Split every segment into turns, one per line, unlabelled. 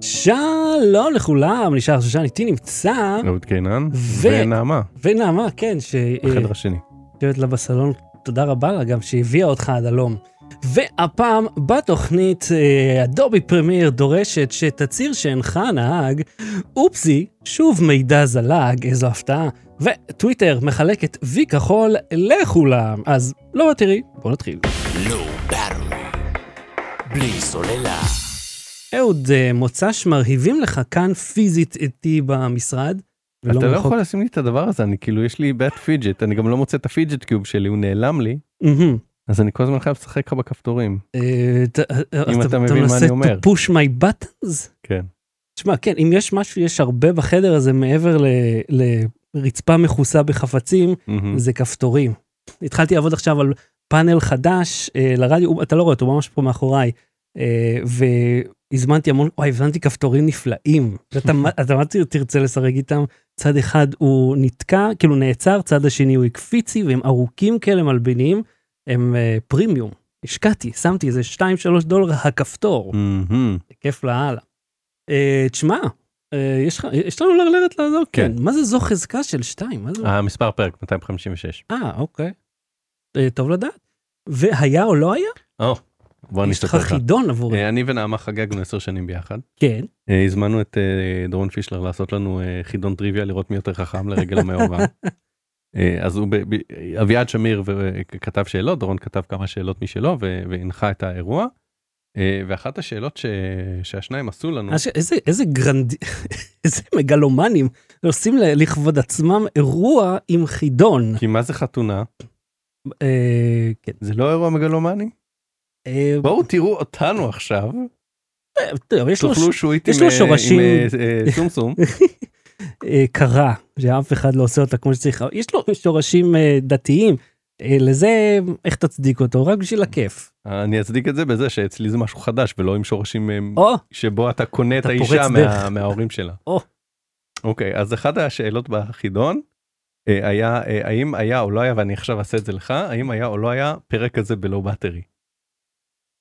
שלום לכולם, נשאר שושן, איתי נמצא,
אהוד קינן
ו-
ונעמה,
ונעמה, כן,
בחדר השני.
שיושבת לה בסלון, תודה רבה לה גם שהביאה אותך עד הלום. והפעם בתוכנית אה, אדובי פרמייר דורשת שתצהיר שאינך נהג, אופסי, שוב מידע זלג, איזו הפתעה, וטוויטר מחלקת וי כחול לכולם. אז לא תראי, בוא נתחיל.
לא בלי סוללה.
אהוד, אה, מוצ"ש מרהיבים לך כאן פיזית איתי במשרד. ולא
אתה לא
מרחוק.
יכול לשים לי את הדבר הזה, אני כאילו, יש לי בעיית פידג'ט, אני גם לא מוצא את הפידג'ט קיוב שלי, הוא נעלם לי,
מהמם.
אז אני כל הזמן חייב לשחק לך בכפתורים.
אה, ת- אה,
אם אתה מבין מה אני אומר.
אתה מנסה to push my buttons?
כן.
תשמע, כן, אם יש משהו, יש הרבה בחדר הזה מעבר ל- לרצפה מכוסה בחפצים,
מהמם.
זה כפתורים. התחלתי לעבוד עכשיו על פאנל חדש אה, לרדיו, הוא- אתה לא רואה אותו, הוא ממש פה מאחוריי. אה, והזמנתי המון, וואי, הזמנתי כפתורים נפלאים. אתה מה- אתה מה תר- תרצה לשחק איתם? צד אחד הוא נתקע, כאילו נעצר, צד השני הוא הקפיצי, והם ארוכים כאלה מלבינים, הם אה, פרימיום. השקעתי, שמתי איזה 2-3 דולר הכפתור,
Mm. מהמם.
זה כיף לאללה. אה, תשמע, אה, יש לך- יש לנו לרלרת לעזור?
כן. אה,
כן. מה זה זו חזקה של 2? מה זה?
המספר פרק 256.
אה, אוקיי. אה, טוב לדעת. והיה או לא היה?
או, בוא
יש לך
נסתכל לך.
חידון עבורי.
אה, אני ונעמה חגגנו 10 שנים ביחד.
כן.
אה, הזמנו את אה, דורון פישלר לעשות לנו אה, חידון טריוויה לראות מי יותר חכם לרגל המאורע. אה, אז הוא, ב- ב- אביעד שמיר ו- אה, כתב שאלות, דורון כתב כמה שאלות משלו ו- והנחה את האירוע. אה, ואחת השאלות ש... שהשניים עשו לנו,
אז איזה- איזה גרנד... איזה מגלומנים עושים ל- לכבוד עצמם אירוע עם חידון.
כי מה זה חתונה?
אה, כן.
זה לא אירוע מגלומני?
אה,
בואו תראו אותנו עכשיו,
טוב, יש לו ש-
תאכלו שועית עם
יש לו
אה,
שורשים.
עם, אה, אה, סומסום.
אה, קרה, שאף אחד לא עושה אותה כמו שצריך. אבל יש לו שורשים אה, דתיים. אה, לזה, איך תצדיק אותו? רק בשביל הכיף.
אני אצדיק את זה בזה שאצלי זה משהו חדש ולא עם שורשים אה,
או,
שבו אתה קונה את
אתה
האישה
פורץ
מה,
דרך.
מההורים שלה.
או.
אוקיי, אז אחת השאלות בחידון אה, היה, אה, האם היה או לא היה, ואני עכשיו אעשה את זה לך, האם היה או לא היה פרק כזה בלא באטרי.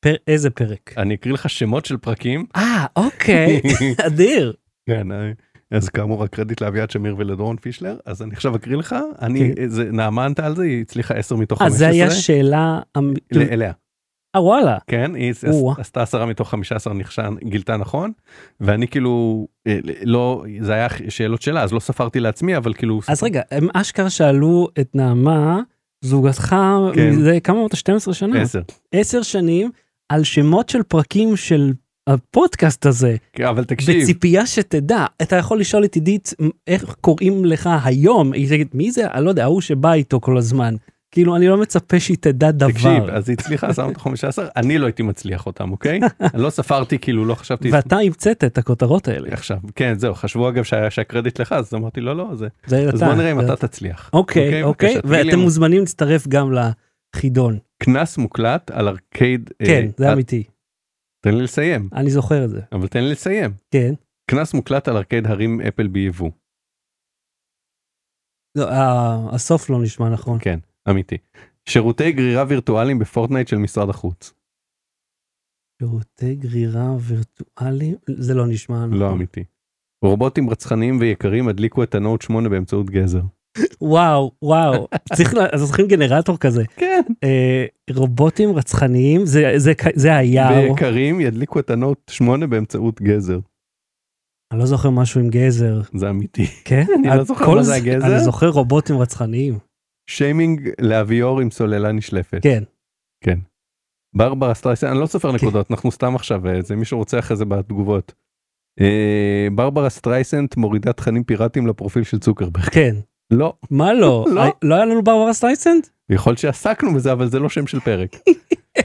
פר- איזה פרק.
אני אקריא לך שמות של פרקים.
אה, אוקיי. אדיר.
כן, אה, אז כאמור הקרדיט לאביעד שמיר ולדורון פישלר, אז אני עכשיו אקריא לך, אני,
כן.
אה, זה- נעמה ענתה על זה, היא הצליחה 10 מתוך
אז זה
15.
היה שאלה... אמ-
ל- אליה,
אה, וואלה.
כן, היא עש-
או-אה.
עשתה 10 מתוך 15 נכשן, גילתה נכון, ואני כאילו, אה, לא, זה היה שאלות שלה, אז לא ספרתי לעצמי, אבל כאילו...
אז רגע, הם אשכרה שאלו את נעמה, זוגתך,
כן.
מזה כמה אמרת? 12 שנה?
10.
10 שנים, על שמות של פרקים של הפודקאסט הזה,
כן, אבל תקשיב,
בציפייה שתדע, אתה יכול לשאול את עידית, "מ- איך קוראים לך היום? היא תגיד, מי זה? אני לא יודע, ההוא שבא איתו כל הזמן. כאילו, אני לא מצפה שהיא תדע דבר.
תקשיב, אז היא הצליחה, שמה אותך 15, אני לא הייתי מצליח אותם, אוקיי? אני לא ספרתי, כאילו, לא חשבתי...
ואתה המצאת את הכותרות האלה.
עכשיו, כן, זהו, חשבו אגב שה- שהקרדיט לך, אז אמרתי, לא, לא, זה...
זה אתה.
אז בוא נראה אם
זה-
אתה תצליח.
אוקיי, אוקיי,
בבקשה, תגיד לי
ואתם
אם-
מוזמנים להצטרף גם לחידון.
קנס מוקלט על ארקייד... אה,
כן,
אה,
זה אמיתי.
תן לי לסיים,
אני זוכר את זה.
אבל תן לי לסיים.
כן.
קנס מוקלט על ארקייד הרים אפל ביבוא,
לא, ה- הסוף לא נשמע נכון.
כן, אמיתי. שירותי גרירה וירטואליים בפורטנייט של משרד החוץ.
שירותי גרירה וירטואליים, זה לא נשמע נכון.
לא אמיתי. רובוטים רצחניים ויקרים הדליקו את הנוט 8 באמצעות גזר.
וואו, וואו, צריך, לה- אז צריכים גנרטור כזה.
כן.
אה, רובוטים רצחניים, זה, זה, כ- זה היה,
ויקרים ידליקו את הנוט 8 באמצעות גזר.
אני לא זוכר משהו עם גזר,
זה אמיתי.
כן?
אני לא זוכר
הכל
מה זה
זה-
הגזר.
אני זוכר רובוטים רצחניים,
שיימינג לאביור עם סוללה נשלפת.
כן.
ברברה סטרייסן, אני לא סופר נקודות, אנחנו סתם עכשיו, אה, זה מישהו רוצה אחרי זה בתגובות. אה, ברברה סטרייסנט מורידה תכנים פיראטיים לפרופיל של צוקרברג.
כן.
לא,
מה לא?
לא.
הי- לא היה לנו ברברה סטייסנד?
יכול שעסקנו בזה, אבל זה לא שם של פרק.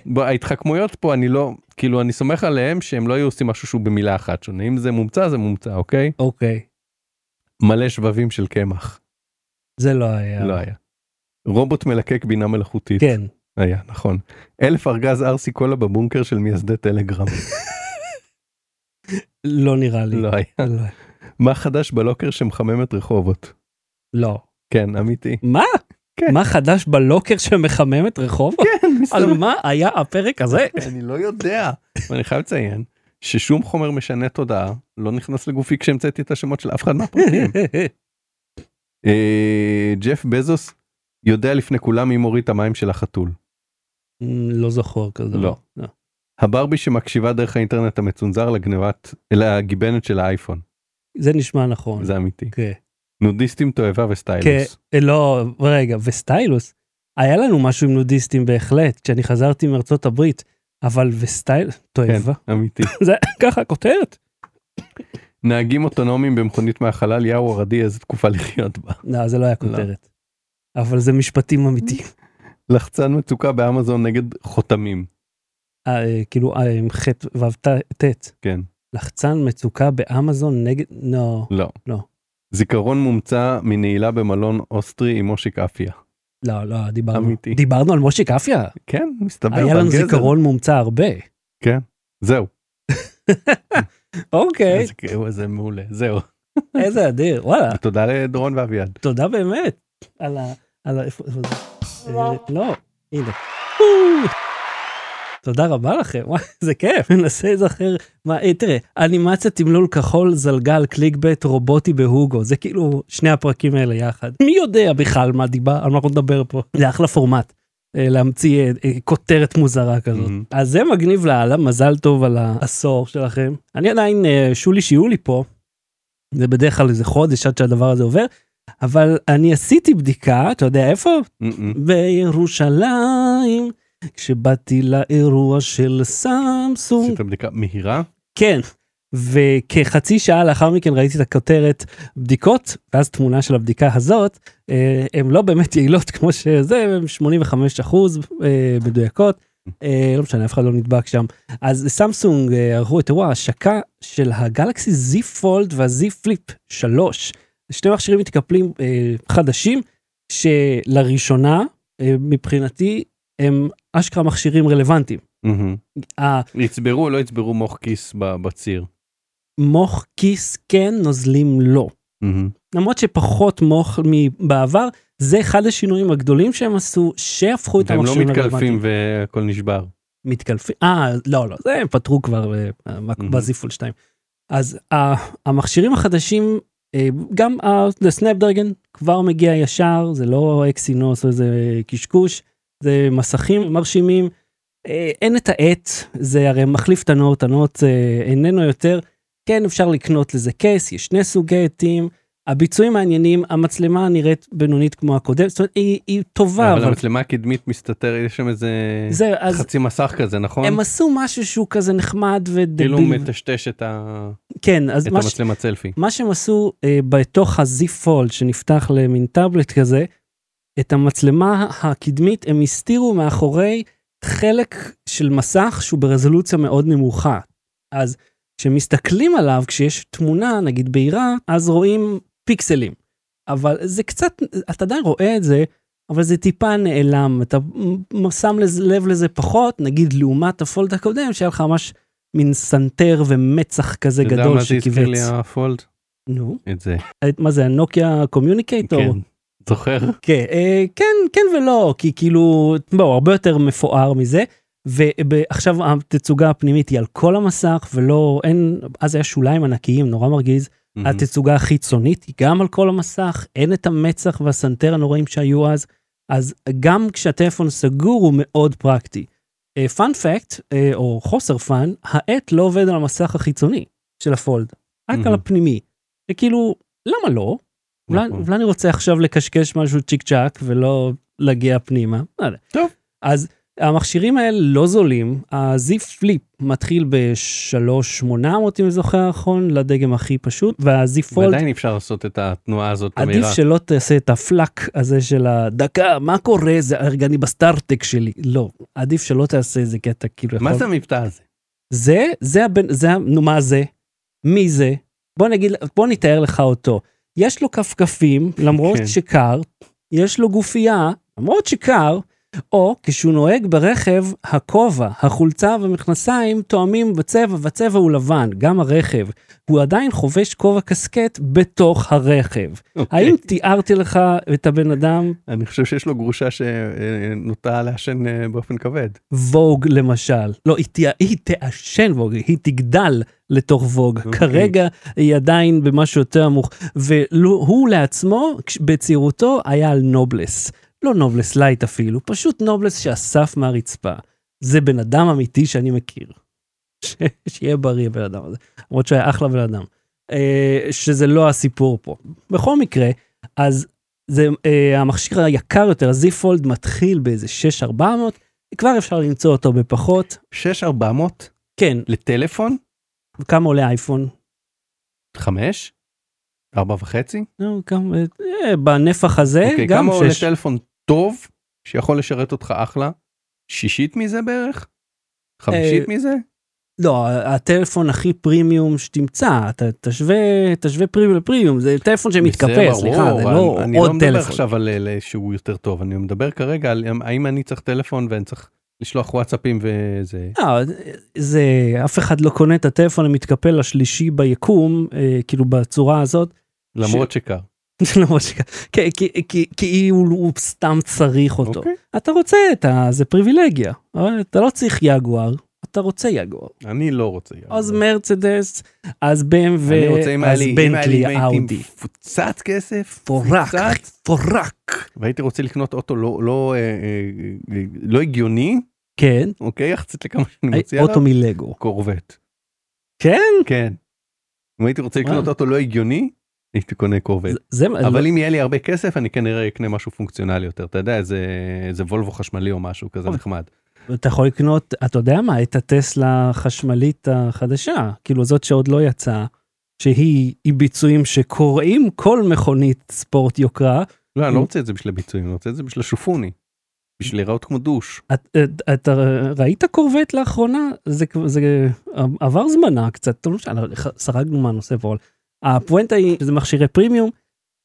בוא, ההתחכמויות פה, אני לא, כאילו, אני סומך עליהם שהם לא היו עושים משהו שהוא במילה אחת שונה. אם זה מומצא, זה מומצא, אוקיי?
אוקיי,
מלא שבבים של קמח.
זה לא היה.
לא היה. רובוט מלקק בינה מלאכותית.
כן.
היה, נכון. אלף ארגז ארסי קולה בבונקר של מייסדי טלגרם.
לא נראה לי.
לא היה.
לא.
מה חדש בלוקר שמחמם את רחובות?
לא.
כן, אמיתי.
מה?
כן.
מה חדש בלוקר שמחמם את רחוב?
כן,
על מה היה הפרק הזה?
אני לא יודע. אני חייב לציין ששום חומר משנה תודעה לא נכנס לגופי כשהמצאתי את השמות של אף אחד מהפרקים. אה, ג'ף בזוס יודע לפני כולם מי מוריד את המים של החתול.
לא זכור כזה.
לא. הברבי שמקשיבה דרך האינטרנט המצונזר לגנבת, לגיבנת של האייפון.
זה נשמע נכון.
זה אמיתי.
כן.
נודיסטים תועבה וסטיילוס.
אה, לא, רגע, וסטיילוס, היה לנו משהו עם נודיסטים בהחלט, כשאני חזרתי מארצות הברית, אבל וסטיילוס, תועבה.
כן, אמיתי.
זה ככה הכותרת?
נהגים אוטונומיים במכונית מהחלל, יאו ערדי, איזה תקופה לחיות בה.
לא, זה לא היה כותרת. אבל זה משפטים אמיתיים.
לחצן מצוקה באמזון נגד חותמים.
אה, אה, כאילו, אה, עם חטא וו ת- טט.
כן.
לחצן מצוקה באמזון נגד... לא.
לא.
לא.
זיכרון מומצא מנעילה במלון אוסטרי עם מושיק אפיה.
לא, לא, דיברנו.
אמיתי.
דיברנו על מושיק אפיה.
כן, מסתבר.
היה
אבל
לנו
גזר.
זיכרון מומצא הרבה.
זהו.
אוקיי,
איזה כאילו, איזה מעולה. זהו.
איזה אדיר. וואלה,
תודה לדורון ואביעד.
תודה באמת. על ה... על ה... איפה- איפה זה? אה, לא, הנה. אוו. תודה רבה לכם, וואי, זה כיף, ננסה לזכר. מה, אה, תראה, אנימציה תמלול כחול, זלגל, קליק בית, רובוטי בהוגו, זה כאילו שני הפרקים האלה יחד. מי יודע בכלל מה דיבר, על מה אנחנו נדבר פה? זה אחלה פורמט, אה, להמציא אה, אה, כותרת מוזרה כזאת.
מהמם.
אז זה מגניב לאללה, מזל טוב על העשור שלכם. אני עדיין אה, שולי שיולי פה, זה בדרך כלל איזה חודש עד שהדבר הזה עובר, אבל אני עשיתי בדיקה, אתה יודע איפה?
מהמם.
בירושלים, כשבאתי לאירוע של סמסונג.
עשית בדיקה מהירה?
כן. וכחצי שעה לאחר מכן ראיתי את הכותרת בדיקות, ואז תמונה של הבדיקה הזאת, אה, הן לא באמת יעילות כמו שזה, הן 85 אחוז מדויקות, אה, לא משנה, אף אחד לא נדבק שם. אז סמסונג אה, ערכו את אירוע ההשקה של הגלקסי זי פולד והזי פליפ 3, שני מכשירים מתקפלים אה, חדשים, שלראשונה, אה, מבחינתי, הם אשכרה מכשירים רלוונטיים.
מהמם.
ה-
יצברו או לא יצברו מוח כיס ב- בציר?
מוח כיס כן, נוזלים לא.
מהמם.
למרות שפחות מוח מבעבר, זה אחד השינויים הגדולים שהם עשו, שהפכו את
והם לא
המכשירים
מתקלפים
הרלוונטיים.
והכל נשבר.
מתקלפים. אה, לא, לא, זה הם פתרו כבר אה,
Mhm.
בזיפול 2. אז ה- המכשירים החדשים, אה, גם הסנאפדרגן כבר מגיע ישר, זה לא אקסינוס או איזה קשקוש, זה מסכים מרשימים. אה, אין את העט, זה הרי מחליף את הנוט, הנוט אה, איננו יותר. כן, אפשר לקנות לזה קייס, יש שני סוגי עטים. הביצועים מעניינים, המצלמה נראית בינונית כמו הקודם, זאת אומרת, היא, היא טובה,
אבל
אבל...
המצלמה הקדמית מסתתר, יש שם איזה
זה, אז
חצי מסך כזה, נכון?
הם עשו משהו שהוא כזה נחמד
כאילו
ודביל.
הוא מטשטש את ה-
כן, אז
את
מה, ש...
המצלמת סלפי.
מה שהם עשו אה, בתוך ה-Z-Fold שנפתח למין טאבלט כזה, את המצלמה הקדמית הם הסתירו מאחורי חלק של מסך שהוא ברזולוציה מאוד נמוכה. אז כשמסתכלים עליו, כשיש תמונה, נגיד בהירה, אז רואים פיקסלים. אבל זה קצת, אתה עדיין רואה את זה, אבל זה טיפה נעלם, אתה מ- שם לזה- לב לזה פחות, נגיד לעומת הפולד הקודם, שהיה לך ממש מין סנטר ומצח כזה
אתה יודע
גדול
מה זה הזכיר לי
שכיווץ.
הפולד?
נו,
את זה.
את- מה זה הנוקיה קומיוניקייטור?
כן. זוכר?
כן, אה, כן, כן ולא, כי כאילו, בואו, הרבה יותר מפואר מזה. ועכשיו התצוגה הפנימית היא על כל המסך ולא, אין, אז היה שוליים ענקיים, נורא מרגיז. התצוגה החיצונית היא גם על כל המסך, אין את המצח והסנטר הנוראים שהיו אז, אז גם כשהטלפון סגור הוא מאוד פרקטי. אה, פאן פקט, אה, או חוסר פאן, העט לא עובד על המסך החיצוני של הפולד, רק על
מהמם.
הפנימי. וכאילו, למה לא? אולי
נכון.
אולי אני רוצה עכשיו לקשקש משהו צ'יק צ'אק ולא להגיע פנימה. לא יודע.
טוב.
אז המכשירים האלה לא זולים, ה-Z פליפ מתחיל ב-3800 אם אני זוכר נכון, לדגם הכי פשוט, וה-Z פולד,
ועדיין לא אפשר לעשות את התנועה הזאת
עדיף
המהירה.
שלא תעשה את הפלאק הזה של הדקה, מה קורה, זה הרגע אני בסטארטק שלי. לא, עדיף שלא תעשה את זה כי אתה כאילו יכול...
מה זה המבטא הזה?
זה, זה הבן, זה, ה- נו מה זה? מי זה? בוא נגיד, בוא נתאר לך אותו. יש לו כפכפים, למרות
כן.
שקר, יש לו גופייה, למרות שקר, או כשהוא נוהג ברכב, הכובע, החולצה והמכנסיים תואמים בצבע, והצבע הוא לבן, גם הרכב. הוא עדיין חובש כובע קסקט בתוך הרכב. האם תיארתי לך את הבן אדם?
אוקיי, אני חושב שיש לו גרושה שנוטה לעשן אה, באופן כבד.
ווג למשל. לא, היא, תיא- היא תעשן ווג, היא תגדל לתוך ווג. Okay.
אוקיי.
כרגע היא עדיין במשהו יותר עמוך. והוא לעצמו, כש- בצעירותו, היה על נובלס. לא נובלס לייט אפילו, פשוט נובלס שאסף מהרצפה. זה בן אדם אמיתי שאני מכיר. ש... שיהיה בריא הבן אדם הזה. למרות שהיה אחלה בן אדם. אה, שזה לא הסיפור פה. בכל מקרה, אז זה אה, המכשיר היקר יותר, הזיפולד מתחיל באיזה 6,400, כבר אפשר למצוא אותו בפחות.
6400
כן,
לטלפון?
כמה עולה אייפון?
5? 4 וחצי?
נו, גם, אה, בנפח הזה,
אוקיי,
גם
כמה עולה
שש.
טלפון טוב שיכול לשרת אותך אחלה? שישית מזה בערך? חמישית
אה,
מזה?
לא, הטלפון הכי פרימיום שתמצא, אתה תשווה, תשווה פרימיום לפרימיום, זה טלפון
זה
שמתקפא,
ברור,
סליחה, זה
אבל
לא
אני
עוד
לא מדבר
טלפון.
עכשיו על אלה שהוא יותר טוב, אני מדבר כרגע על אה, האם אני צריך טלפון ואני צריך לשלוח וואטסאפים וזה.
לא, זה, אף אחד לא קונה את הטלפון המתקפל השלישי ביקום, אה, כאילו בצורה הזאת,
למרות שכר.
זה לא מה שק- כי- כי- כי- כי הוא הוא סתם צריך אותו.
אוקיי.
אתה רוצה את ה... זה פריבילגיה. אבל אתה לא צריך יגואר, אתה רוצה יגואר.
אני לא רוצה.
אז
אבל-
מרצדס, אז BMW,
אני רוצה אם היה
אז
לי- אם היה לי
בנטלי,
איבנט עם
אאודי.
מפוצץ כסף,
פורק,
מפוצץ,
פורק.
והייתי רוצה לקנות אוטו לא לא אה, אה, אה, לא הגיוני,
כן,
אוקיי, יחסית לכמה שאני מציע
אוטו
עליו,
מלגו.
קורבט.
כן?
כן. אם הייתי רוצה לקנות
וואו.
אוטו לא הגיוני, הייתי קונה קורבט.
זה, לא-
אבל אם יהיה לי הרבה כסף אני כנראה אקנה משהו פונקציונלי יותר אתה יודע איזה איזה וולבו חשמלי או משהו כזה
אוקיי.
נחמד.
אתה יכול לקנות, אתה יודע מה, את הטסלה החשמלית החדשה, כאילו זאת שעוד לא יצאה, שהיא היא ביצועים שקורעים כל מכונית ספורט יוקרה,
לא אני לא רוצה את זה בשביל הביצועים אני רוצה את זה בשביל השופוני. בשביל להיראות כמו דוש.
את- את- אתה ראית קורבט לאחרונה? זה כ- זה עבר זמנה קצת, טוב, לא משנה, סרגנו מהנושא פה, אבל הפואנטה היא שזה מכשירי פרימיום,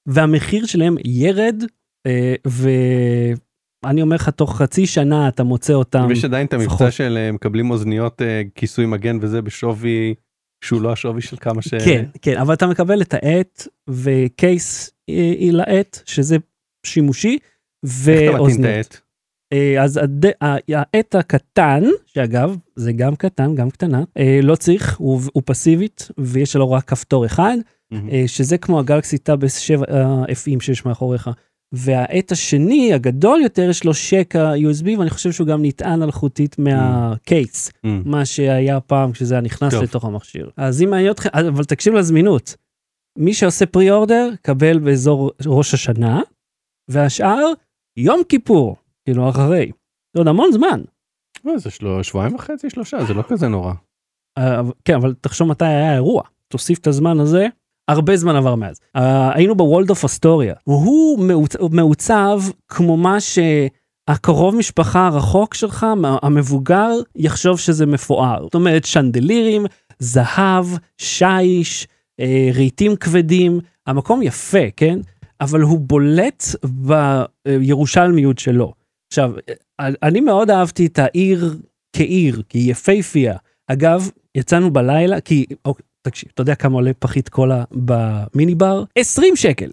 והמחיר שלהם ירד, אה, ואני אומר לך, תוך חצי שנה אתה מוצא אותם,
ויש עדיין את המבצע
לפחות.
של אה, מקבלים אוזניות אה, כיסוי מגן וזה בשווי שהוא לא השווי של כמה ש...
כן, כן, אבל אתה מקבל את העט וקייס אה, היא לעט, שזה שימושי,
איך אתה מתאים את
ואוזניות.
העט?
אה, אז הד- ה- העט הקטן, שאגב, זה גם קטן, גם קטנה, אה, לא צריך, הוא הוא פסיבית, ויש לו רק כפתור אחד, אה, שזה כמו הגלקסי טאבס 7 FEים אה, שיש מאחוריך. והעט השני, הגדול יותר, יש לו שקע USB, ואני חושב שהוא גם נטען אלחוטית מהקייס,
אה,
מה שהיה פעם כשזה היה נכנס
טוב.
לתוך המכשיר. אז אם מעניין אותך, אבל תקשיב לזמינות. מי שעושה פרי אורדר, קבל באזור ראש השנה, והשאר, יום כיפור, כאילו אחרי. זה עוד המון זמן.
אה, זה שלו- שבועיים וחצי שלושה זה לא כזה נורא.
אה, אבל- כן, אבל תחשוב מתי היה האירוע. תוסיף את הזמן הזה, הרבה זמן עבר מאז. אה, היינו בוולדורף אסטוריה. הוא מעוצ- מעוצב כמו מה שהקרוב משפחה הרחוק שלך, מה- המבוגר, יחשוב שזה מפואר. זאת אומרת, שנדלירים, זהב, שיש, אה, רהיטים כבדים, המקום יפה, כן? אבל הוא בולט בירושלמיות שלו. עכשיו, אה, אני מאוד אהבתי את העיר כעיר, כי היא יפהפייה. אגב, יצאנו בלילה, כי, אוקיי, תקשיב, אתה יודע כמה עולה פחית קולה במיני בר? 20 שקל.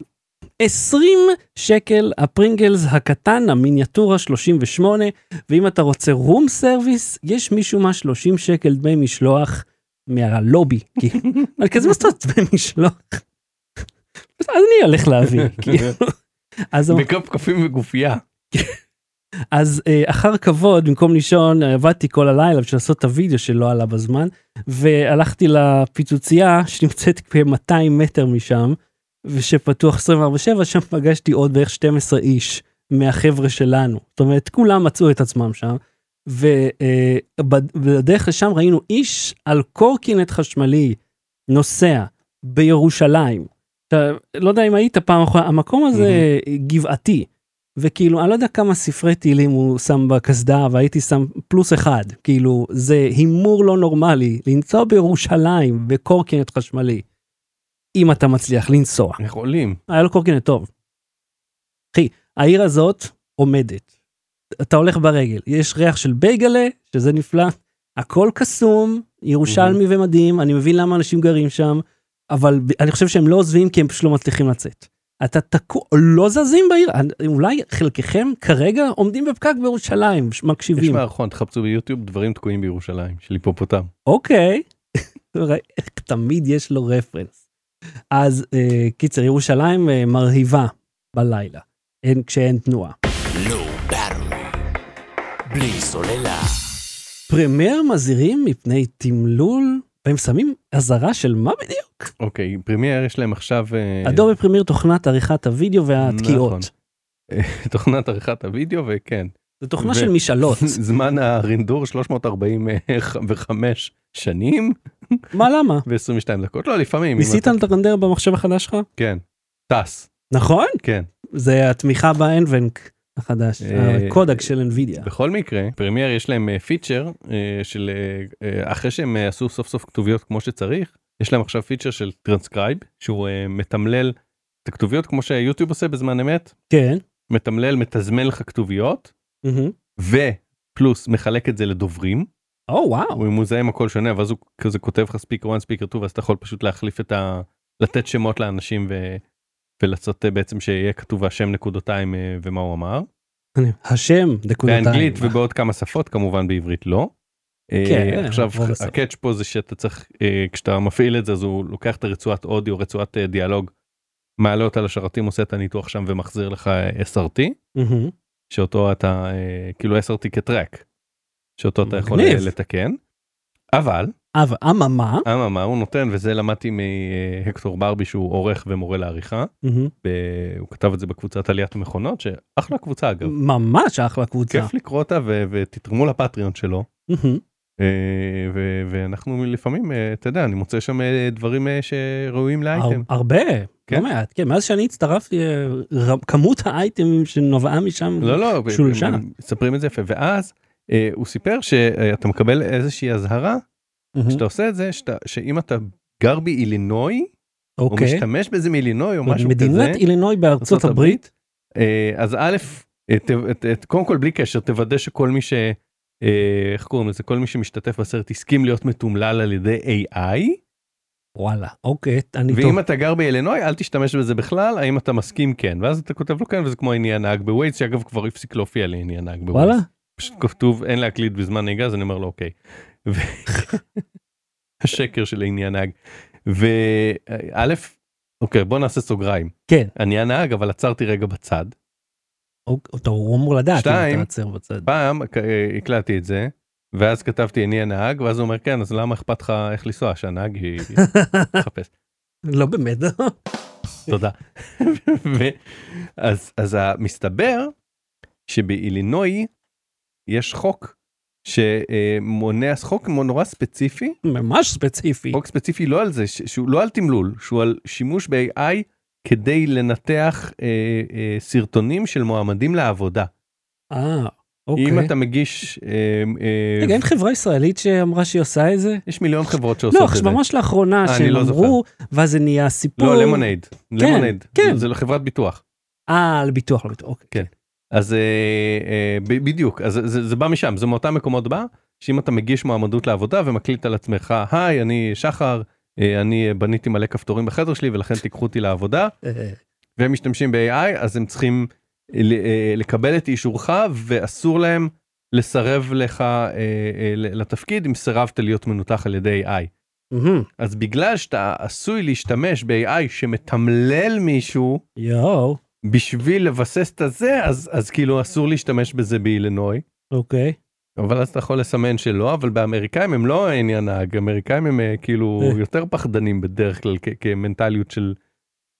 20 שקל הפרינגלס הקטן, המיניאטורה 38, ואם אתה רוצה רום סרוויס, יש מישהו מה 30 שקל דמי משלוח מהלובי. כי, אני כזה מה זאת אומרת דמי משלוח? אז אני אלך להביא. כאילו. אז
בכפכפים וגופייה.
אז אה, אחר כבוד, במקום לישון, אה, עבדתי כל הלילה בשביל לעשות את הוידאו שלא עלה בזמן, והלכתי לפיצוצייה שנמצאת כ-200 מטר משם, ושפתוח 24/7, שם פגשתי עוד בערך 12 איש מהחבר'ה שלנו. זאת אומרת, כולם מצאו את עצמם שם, ובדרך לשם ראינו איש על קורקינט חשמלי נוסע בירושלים. עכשיו, לא יודע אם היית פעם אחרונה, המקום הזה גבעתי. וכאילו, אני לא יודע כמה ספרי טילים הוא שם בקסדה, והייתי שם פלוס אחד. כאילו, זה הימור לא נורמלי, לנסוע בירושלים בקורקינט חשמלי, אם אתה מצליח לנסוע.
איך עולים?
היה לו קורקינט טוב. אחי, העיר הזאת עומדת. אתה הולך ברגל, יש ריח של בייגלה, שזה נפלא, הכל קסום, ירושלמי ומדהים, אני מבין למה אנשים גרים שם, אבל ב- אני חושב שהם לא עוזבים כי הם פשוט לא מצליחים לצאת. אתה תקוע, לא זזים בעיר, אני- אולי חלקכם כרגע עומדים בפקק בירושלים, ש-
יש
מקשיבים.
מערכון, תחפשו ביוטיוב דברים תקועים בירושלים, של היפופוטם.
אוקיי, ראי, תמיד יש לו רפרנס. אז אה, קיצר, ירושלים אה, מרהיבה בלילה, אין, כשאין תנועה.
לא battery. בלי סוללה.
פרמייר מזהירים מפני תמלול, והם שמים אזהרה של מה בדיוק?
אוקיי, פרימייר יש להם עכשיו אה,
אדובי פרמייר תוכנת עריכת הוידאו והתקיעות.
נכון. תוכנת עריכת הוידאו, וכן,
זו תוכנה
ו-
של משאלות.
זמן הרנדור 345 שנים
מה למה?
ו-22 דקות, לא, לפעמים. אם
ניסית
אתה-
לטרנדר במחשב החדש שלך?
כן, טס,
נכון?
כן.
זה התמיכה באנבנק החדש,
אה,
הקודק של NVIDIA.
בכל מקרה, פרמייר יש להם אה, פיצ'ר אה, של, אה, אה, אחרי שהם אה, עשו סוף סוף כתוביות כמו שצריך, יש להם עכשיו פיצ'ר של טרנסקרייב, שהוא אה, מתמלל את הכתוביות כמו שיוטיוב עושה בזמן אמת,
כן.
מתמלל, מתזמן לך כתוביות,
מהמם.
ופלוס מחלק את זה לדוברים.
או וואו.
הוא מזהה עם הכל שונה ואז הוא כזה כותב לך ספיקר 1 ספיקר 2 ואז אתה יכול פשוט להחליף את ה... לתת שמות לאנשים ו... ולעשות אה, בעצם שיהיה כתוב השם נקודתיים אה, ומה הוא אמר.
השם, נקודתיים.
באנגלית ובעוד כמה שפות כמובן בעברית לא. אה,
אה. כן,
עכשיו
רוב השפות.
הקאץ' פה זה שאתה צריך אה, כשאתה מפעיל את זה אז הוא לוקח את הרצועת אודיו רצועת אה, דיאלוג. מעלה אותה לשרתים עושה את הניתוח שם ומחזיר לך אה, SRT
מהמם.
שאותו אתה אה, כאילו SRT כטרק. שאותו אתה יכול
מגניב.
אה, לתקן. אבל
אבל אממה,
אממה הוא נותן וזה למדתי מהקטור ברבי שהוא עורך ומורה לעריכה
מהמם.
ב- הוא כתב את זה בקבוצת עליית מכונות שאחלה קבוצה אגב
ממש אחלה קבוצה. Mm-hmm.
כיף לקרוא אותה ו- ותתרמו לפטריון שלו
מהמם.
אה, ו- ואנחנו לפעמים אה, אתה יודע אני מוצא שם אה, דברים אה, שראויים לאייטם
הר- הרבה,
כן.
לא מעט, כן, מאז שאני הצטרפתי, אה, ר- כמות האייטמים שנובעה משם,
לא לא ב-
שולשה.
הם- הם מספרים את זה יפה ואז אה, הוא סיפר שאתה מקבל איזושהי אזהרה
מהמם.
שאתה עושה את זה שאתה- שאם אתה גר באילינוי או
אוקיי,
משתמש בזה מאילינוי או משהו כזה.
מדינת אילינוי בארצות
ארצות
הברית,
אה, אז א', אה, ת- ת- ת- קודם כל בלי קשר תוודא שכל מי ש... אה, איך קוראים לזה? כל מי שמשתתף בסרט הסכים להיות מתומלל על ידי AI,
וואלה, אוקיי, אני טוב,
ואם אתה גר באילינוי אל תשתמש בזה בכלל, האם אתה מסכים כן, ואז אתה כותב לו כן וזה כמו עניין נהג בווייז, שאגב כבר הפסיק להופיע לי עניין נהג בווייז.
וואלה,
פשוט כתוב אין להקליט בזמן נהיגה אז אני אומר לו אוקיי. ו- השקר של עניין נהג. וא', אוקיי בוא נעשה סוגריים.
כן.
עניין נהג אבל עצרתי רגע בצד.
אוק- טוב, הוא אוקיי, אמור לדעת, אם
שתיים.
אתה עוצר בצד,
פעם כ- אה, הקלטתי את זה ואז כתבתי אני הנהג ואז הוא אומר כן אז למה אכפת לך איך לנסוע שהנהג היא תחפש
לא באמת,
תודה. ו- אז אז ה- מסתבר שבאילינוי יש חוק שמונע חוק נורא ספציפי
ממש ספציפי,
חוק ספציפי לא על זה ש- שהוא לא על תמלול שהוא על שימוש ב-AI כדי לנתח אה, אה, סרטונים של מועמדים לעבודה
אה,
אם
אוקיי,
אתה מגיש. אה, אה,
רגע, אין חברה ישראלית שאמרה שהיא עושה את זה?
יש מיליון חברות
לא,
שעושות את
עכשיו,
זה.
ממש לאחרונה
אה, אני
שהם
לא זוכר.
אמרו, ואז זה נהיה סיפור,
לא, למונייד. למונייד.
כן.
זה לא חברת ביטוח.
אה, על ביטוח, לא ביטוח, אוקיי,
כן. אז אה, אה, ב- בדיוק, אז זה, זה בא משם, זה מאותם מקומות בא, שאם אתה מגיש מועמדות לעבודה ומקליט על עצמך, היי, אני שחר, אה, אני אה, בניתי מלא כפתורים בחדר שלי ולכן תיקחו אותי לעבודה,
אה,
והם משתמשים ב-AI, אז הם צריכים אה, ל- אה, לקבל את אישורך ואסור להם לסרב לך אה, אה, לתפקיד אם סירבת להיות מנותח על ידי AI.
מהמם.
אז בגלל שאתה עשוי להשתמש ב-AI שמתמלל מישהו,
יואו,
בשביל לבסס את הזה אז אז כאילו אסור להשתמש בזה באילינוי
אוקיי,
אבל אז אתה יכול לסמן שלא אבל באמריקאים הם לא העניין נהג אמריקאים הם אה, כאילו
אה.
יותר פחדנים בדרך כלל כ- כמנטליות של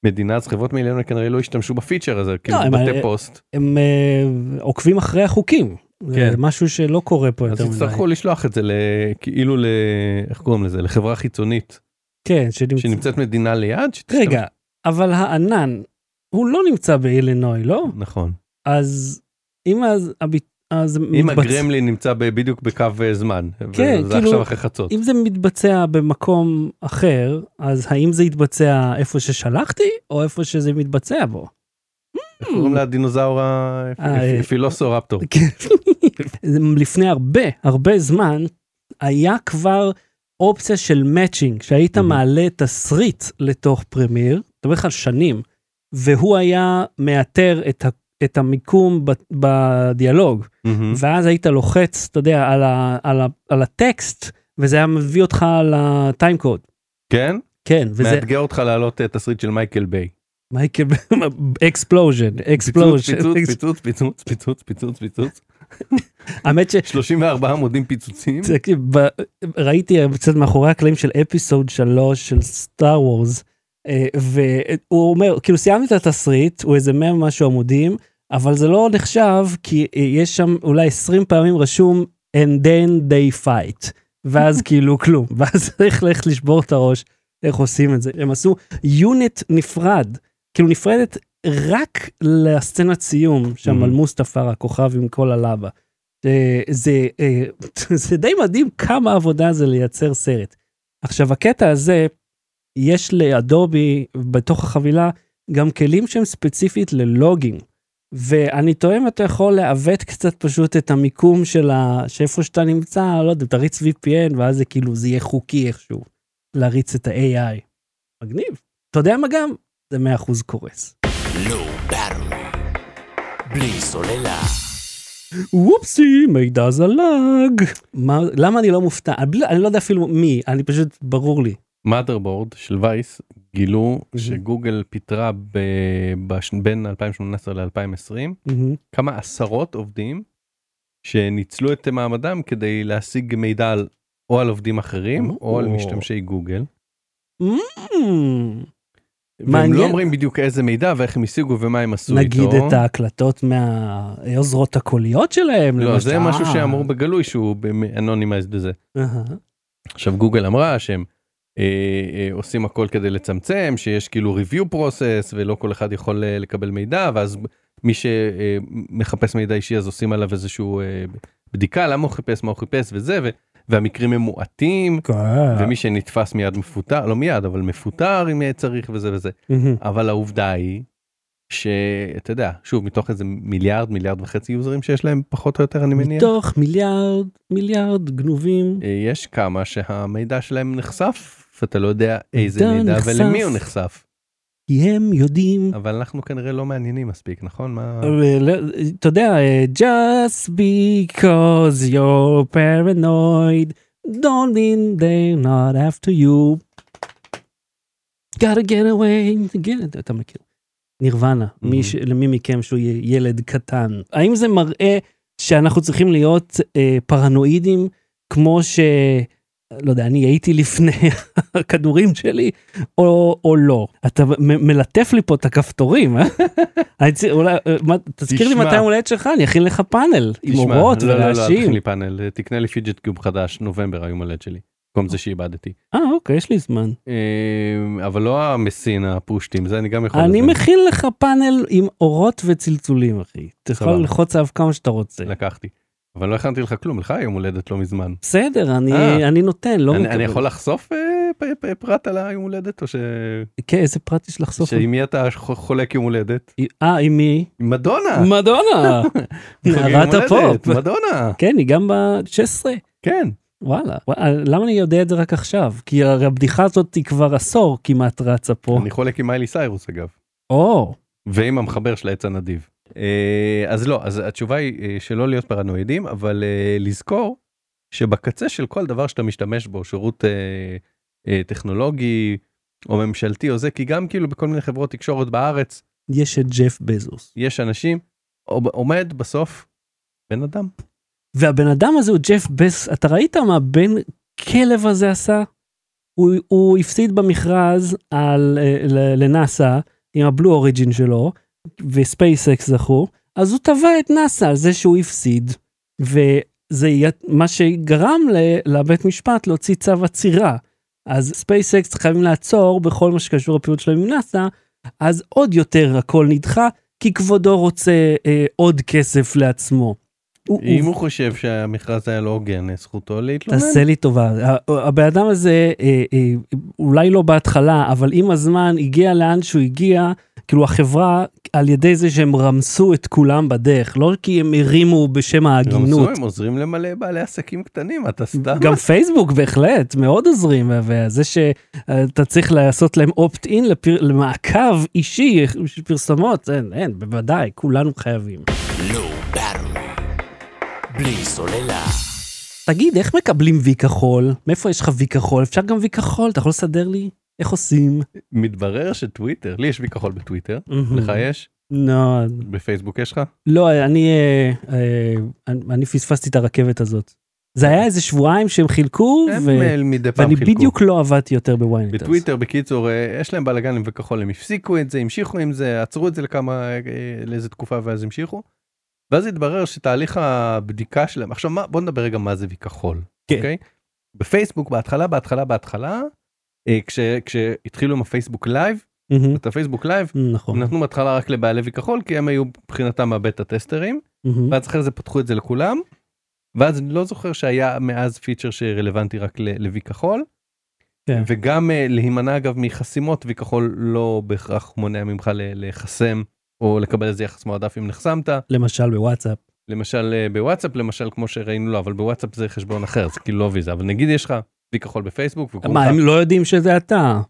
מדינה אז חברות מאילינוי כנראה לא השתמשו בפיצ'ר הזה כאילו
הם,
בתי
אה,
פוסט
הם אה, עוקבים אחרי החוקים, זה
כן.
משהו שלא קורה פה
אז
יותר מדי,
יצטרכו לשלוח את זה ל- כאילו ל... איך קוראים לזה לחברה חיצונית
כן, שנמצא,
שנמצאת מדינה ליד. שתשתמש-
רגע, אבל הענן, הוא לא נמצא באילינוי, לא?
נכון
אז אם אז, הביט- אז
אם
מתבצע-
הגרמלין נמצא ב- בדיוק בקו אה, זמן
כן,
וזה
כאילו,
עכשיו אחרי חצות.
אם זה מתבצע במקום אחר, אז האם זה יתבצע איפה ששלחתי, או איפה שזה מתבצע בו?
איך קוראים לדינוזאור
אה, אה.
הפילוסורפטור?
כן. לפני הרבה הרבה זמן היה כבר אופציה של מאצ'ינג שהיית
מהמם.
מעלה תסריט לתוך פרמיר, אתה מדבר לך על שנים, והוא היה מאתר את, ה, את המיקום ב, בדיאלוג,
מהמם.
ואז היית לוחץ, אתה יודע, על, ה, על, ה, על הטקסט, וזה היה מביא אותך לטיים קוד.
כן?
כן, וזה
מאתגר אותך להעלות אה, תסריט של מייקל ביי.
מייקל אקספלוז'ן,
פיצוץ,
אקספלוז'ן.
פיצוץ, פיצוץ, פיצוץ, פיצוץ, פיצוץ, פיצוץ.
האמת ש...
34 עמודים פיצוצים.
תקשיב, כאילו, ב- ראיתי אה, קצת מאחורי הקלעים של אפיסוד 3 של סטאר וורס והוא אומר כאילו סיימתי את התסריט הוא איזה 100 משהו עמודים אבל זה לא נחשב כי אה, יש שם אולי 20 פעמים רשום and then they fight ואז כאילו כלום ואז צריך ללכת לשבור את הראש איך עושים את זה הם עשו יוניט נפרד כאילו נפרדת רק לסצנת סיום שם
Mhm.
על מוסטפר הכוכב עם כל הלבה. אה, זה, אה, זה די מדהים כמה עבודה זה לייצר סרט. עכשיו הקטע הזה, יש לאדובי בתוך החבילה גם כלים שהם ספציפית ללוגים. ואני תוהה אם אתה יכול לעוות קצת פשוט את המיקום של ה... שאיפה שאתה נמצא, לא יודע, תריץ VPN ואז זה כאילו זה יהיה חוקי איכשהו להריץ את ה-AI. מגניב. אתה יודע מה גם? זה 100% קורס.
low battery, לא, בלי סוללה,
וופסי, מידע זלג. מה, למה אני לא מופתע? אני, בלי- אני לא יודע אפילו מי, אני פשוט, ברור לי.
motherboard של וייס גילו
Mhm.
שגוגל פיטרה ב- בש- בין 2018 ל-2020
מהמם.
כמה עשרות עובדים שניצלו את מעמדם כדי להשיג מידע על או על עובדים אחרים או על
או.
משתמשי גוגל.
מהמם.
והם
Hmm. מעניין.
לא אומרים בדיוק איזה מידע ואיך הם השיגו ומה הם עשו איתו.
נגיד את ההקלטות מהעוזרות הקוליות שלהם.
לא,
למשל.
זה משהו
אה.
שאמרו בגלוי שהוא אנונימייז בזה.
אהה.
עכשיו גוגל אמרה שהם אה, אה, עושים הכל כדי לצמצם שיש כאילו review process ולא כל אחד יכול אה, לקבל מידע ואז מי שמחפש מידע אישי אז עושים עליו איזשהו אה, בדיקה למה הוא חיפש מה הוא חיפש וזה ו, והמקרים הם מועטים
אה.
ומי שנתפס מיד מפוטר לא מיד אבל מפוטר אם אה, צריך וזה וזה
מהמם.
אבל העובדה היא. שאתה יודע שוב מתוך איזה מיליארד מיליארד וחצי יוזרים שיש להם פחות או יותר אני מניח
מתוך מיליארד, מיליארד גנובים.
אה, יש כמה שהמידע שלהם נחשף ואתה לא יודע איזה
מידע
מידע
נחשף.
ולמי הוא נחשף
כי הם יודעים.
אבל אנחנו כנראה לא מעניינים מספיק נכון מה
אבל לא- אתה יודע, אה, just because you're paranoid, don't mean they're not after you. gotta get away, get it, אתה מכיר. נירוונה, מי ש- למי מכם שהוא יהיה ילד קטן. האם זה מראה שאנחנו צריכים להיות אה, פרנואידים כמו ש... לא יודע, אני הייתי לפני הכדורים שלי, או, או לא. אתה מ- מלטף לי פה את הכפתורים, אה? אני צי- אולי, אה, מה- תזכיר לי
תשמע.
מתי יום הולדת שלך, אני אכין לך פאנל עם
תשמע,
אורות
לא, לא, לא, אל תכין
ורעשים.
לי פאנל תקנה לי פיג'ט קיוב חדש נובמבר היום הולד שלי. במקום זה שאיבדתי
אה, אוקיי, יש לי זמן.
אה, אבל לא המסין הפושטים זה אני גם יכול
אני
לזה.
מכין לך פאנל עם אורות וצלצולים, אחי. אתה יכול
סבבה.
ללחוץ עליו כמה שאתה רוצה.
לקחתי אבל לא הכנתי לך כלום לך היום הולדת לא מזמן
בסדר, אני-
אה.
אני נותן, לא
אני,
מקבל.
אני יכול לחשוף אה, פ- פ- פרט על היום הולדת או ש...
כן, איזה פרט יש לחשוף?
שעם מי אתה חולק יום הולדת
אה, עם מי?
עם מדונה
מדונה!
חוגג יום
נערת
הולדת,
הפופ.
מדונה
כן, היא גם ב-16.
כן.
וואלה, וואלה, למה אני יודע את זה רק עכשיו? כי הרי הבדיחה הזאת היא כבר עשור כמעט רצה פה.
אני חולק עם מיילי סיירוס אגב
או,
ועם המחבר של העץ הנדיב. אה, אז לא אז התשובה היא אה, שלא להיות פרנואידים אבל אה, לזכור שבקצה של כל דבר שאתה משתמש בו שירות אה, אה, טכנולוגי או ממשלתי או זה כי גם כאילו בכל מיני חברות תקשורת בארץ
יש את ג'ף בזוס.
יש אנשים עוב- עומד בסוף בן אדם
והבן אדם הזה הוא ג'ף בזוס, אתה ראית מה בן כלב הזה עשה? הוא, הוא הפסיד במכרז על, אה, ל- לנאסא עם הבלו אוריג'ין שלו, וספייסקס זכו, אז הוא תבע את נאסא על זה שהוא הפסיד. וזה י- מה שגרם ל- לבית משפט להוציא צו עצירה. אז ספייסקס חייבים לעצור בכל מה שקשור לפעילות שלהם עם נאסא, אז עוד יותר הכל נדחה, כי כבודו רוצה אה, עוד כסף לעצמו. הוא-
אם הוא חושב שהמכרז היה לא הוגן זכותו להתלונן.
תעשה לי טובה, ה- הבן אדם הזה אה, אה, אולי לא בהתחלה, אבל עם הזמן הגיע לאן שהוא הגיע, כאילו החברה, על ידי זה שהם רמסו את כולם בדרך, לא כי הם הרימו בשם ההגינות.
הם עוזרים למלא בעלי עסקים קטנים, אתה סתם.
גם פייסבוק בהחלט מאוד עוזרים וזה שאתה צריך לעשות להם opt in לפר... למעקב אישי של פרסומות אין אין בוודאי כולנו חייבים.
לואו ברור. בלי סוללה.
תגיד איך מקבלים וי כחול מאיפה יש לך וי כחול אפשר גם וי כחול אתה יכול לסדר לי איך עושים.
Mm-hmm. מתברר שטוויטר, לי יש וי כחול בטוויטר, לך יש?
לא
בפייסבוק יש לך?
לא אני אה, אה, אני אני פספסתי את הרכבת הזאת. זה היה איזה שבועיים שהם חילקו
הם
כן. ו-
אה, מדי פעם
ואני
חילקו.
בדיוק לא עבדתי יותר בוויינט. אז.
בטוויטר בקיצור אה, יש להם בלאגן עם וכחול הם הפסיקו את זה המשיכו עם זה עצרו את זה לכמה אה, לאיזה תקופה ואז המשיכו. ואז התברר שתהליך הבדיקה שלהם עכשיו מה בוא נדבר רגע מה זה וכחול.
כן.
אוקיי? בפייסבוק בהתחלה בהתחלה בהתחלה אה, כש, כשהתחילו עם הפייסבוק לייב
מהמם.
את הפייסבוק לייב
נכון.
הם נתנו בהתחלה רק לבעלי וכחול כי הם היו מבחינתם הבטה טסטרים
מהמם.
ואז אחרי זה פתחו את זה לכולם. ואז אני לא זוכר שהיה מאז פיצ'ר שרלוונטי רק ל- לוי כחול.
כן.
וגם אה, להימנע אגב מחסימות וי כחול לא בהכרח מונע ממך ל- לחסם או לקבל איזה יחס מועדף אם נחסמת
למשל בוואטסאפ.
למשל אה, בוואטסאפ למשל כמו שראינו לא אבל בוואטסאפ זה חשבון אחר זה כאילו לא ויזה אבל נגיד יש לך וי כחול בפייסבוק וקוראים
מה
לך-
הם לא יודעים שזה אתה.